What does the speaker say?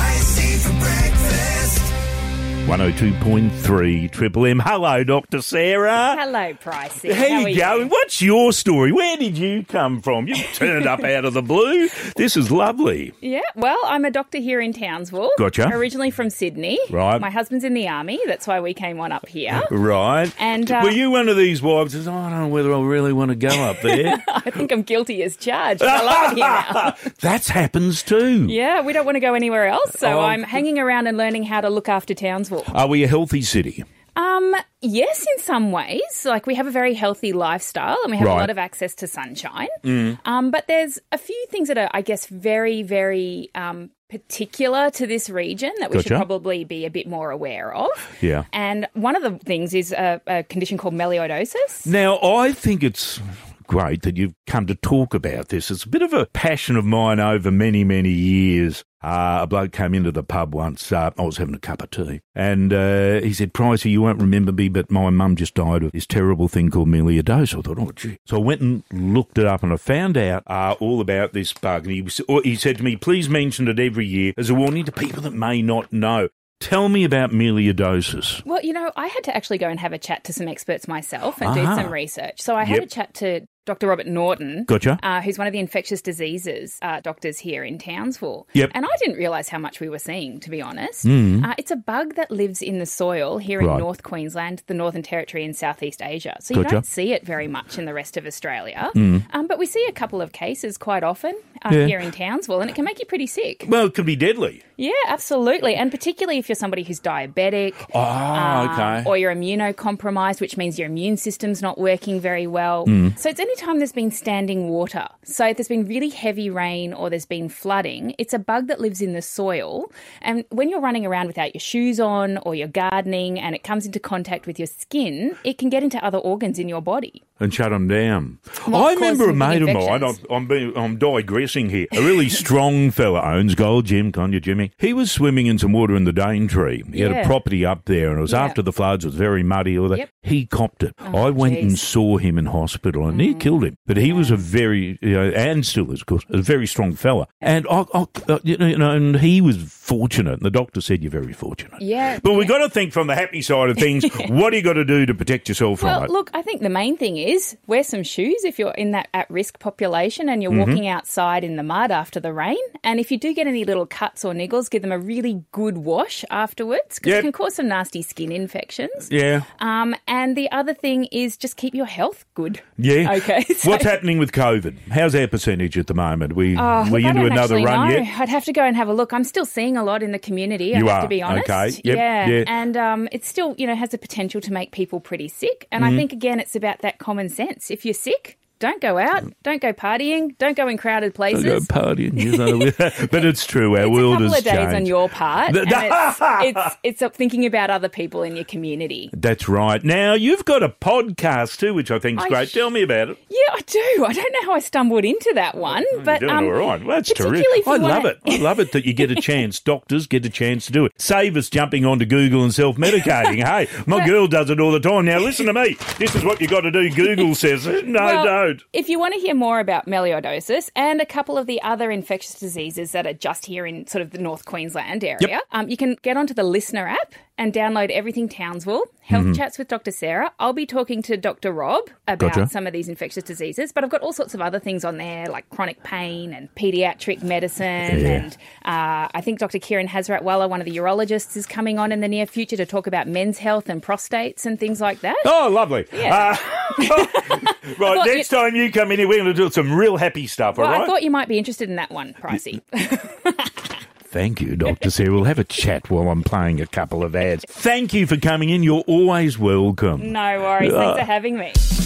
for breakfast. 102.3 Triple M. Hello, Dr. Sarah. Hello, Pricey. How, How are you going? What's your story? Where did you come from? You turned up out of the blue. This is lovely. Yeah, well, I'm a doctor here in Townsville. Gotcha. Originally from Sydney. Right. My husband's in the army. That's why we came on up here. Right. And, uh, were you one of these wives that says, "Oh, I don't know whether I really want to go up there? I think I'm guilty as charged. I love it here now. that happens too. Yeah, we don't want to go anywhere else, so Oh. I'm hanging around and learning how to look after Townsville. Are we a healthy city? Um, yes, in some ways. Like we have a very healthy lifestyle and we have Right. Mm. a lot of access to sunshine. Um, but there's a few things that are, I guess, very, very um, particular to this region that we should Gotcha. probably be a bit more aware of. Yeah. And one of the things is a, a condition called melioidosis. Now, I think it's great that you've come to talk about this. It's a bit of a passion of mine over many, many years. Uh, a bloke came into the pub once. Uh, I was having a cup of tea. And uh, he said, Pricey, you won't remember me, but my mum just died of this terrible thing called melioidosis. I thought, oh, gee. So I went and looked it up and I found out uh, all about this bug. And he, was, or he said to me, please mention it every year as a warning to people that may not know. Tell me about melioidosis. Well, you know, I had to actually go and have a chat to some experts myself and do Ah. some research. So I had Yep. a chat to Dr. Robert Norton. Gotcha. Uh, who's one of the infectious diseases uh, doctors here in Townsville. Yep. Hmm. And I didn't realise how much we were seeing, to be honest. Uh, it's a bug that lives in the soil here Right. in North Queensland, the Northern Territory, and Southeast Asia. So you Gotcha. Hmm. don't see it very much in the rest of Australia. Um, but we see a couple of cases quite often uh, Yeah. here in Townsville, and it can make you pretty sick. Well, it could be deadly. Yeah, absolutely. And particularly if you're somebody who's diabetic. Ah, um, Or you're immunocompromised, which means your immune system's not working very well. So it's any time there's been standing water. So if there's been really heavy rain or there's been flooding, it's a bug that lives in the soil. And when you're running around without your shoes on or you're gardening and it comes into contact with your skin, it can get into other organs in your body. and shut them down. Might I cause remember a some big mate of mine. I'm, infections. I'm, being, I'm digressing here. A really strong fella owns Gold Gym, Conya Jimmy. He was swimming in some water in the Daintree. He had a Yeah. property up there, and it was Yeah. after the floods. It was very muddy. All that. Yep. Oh, He copped it. I went and geez. saw him in hospital, and near Mm. killed him. But he was a very, you know, and still is, of course, a very strong fella. And I, I, uh, you know, you know, and he was fortunate. And the doctor said, "You're very fortunate." Yeah. But we've got to think from the happy side of things. What do you got to do to protect yourself from Well, it? look, I think the main thing is wear some shoes if you're in that at risk population and you're walking outside in the mud after the rain. And if you do get any little cuts or niggles, give them a really good wash afterwards because Yep. it can cause some nasty skin infections. yeah. Um, and the other thing is just keep your health good. Yeah. Okay, so- What's happening with COVID? How's our percentage at the moment? We Oh, we look, I into don't another actually run know. yet? I'd have to go and have a look. I'm still seeing a lot in the community. I You have are, to be honest. okay. Yep, yeah. yeah. and um, it still you know has the potential to make people pretty sick. And Mm-hmm. I think again, it's about that common sense. If you're sick, don't go out, don't go partying, don't go in crowded places. Go partying, you know. but it's true. Our it's a world couple has of days changed. on your part. The- and it's, it's it's uh, thinking about other people in your community. That's right. Now you've got a podcast too, which I think is I great. sh- Tell me about it. Yeah, I do. I don't know how I stumbled into that one, but You're doing um, all right. Well, that's particularly terrific. if you I love wanna- it. I love it that you get a chance. Doctors get a chance to do it. Save us jumping onto Google and self medicating. hey, my girl does it all the time. Now listen to me. This is what you got to do. Google says it. No, Well, don't. If you want to hear more about melioidosis and a couple of the other infectious diseases that are just here in sort of the North Queensland area, Yep. um, you can get onto the Listener app and download everything Townsville, Health Mm-hmm. Chats with Dr. Sarah. I'll be talking to Dr. Rob about Gotcha. some of these infectious diseases, but I've got all sorts of other things on there like chronic pain and pediatric medicine. And uh, I think Dr. Kieran Hazratwala, one of the urologists, is coming on in the near future to talk about men's health and prostates and things like that. Oh, lovely. Yeah. Uh, right, thought next time you come in here, we're going to do some real happy stuff, Well, all I right? thought you might be interested in that one, Pricey. Thank you, Dr. Sarah. We'll have a chat while I'm playing a couple of ads. Thank you for coming in. You're always welcome. No worries. Thanks for having me.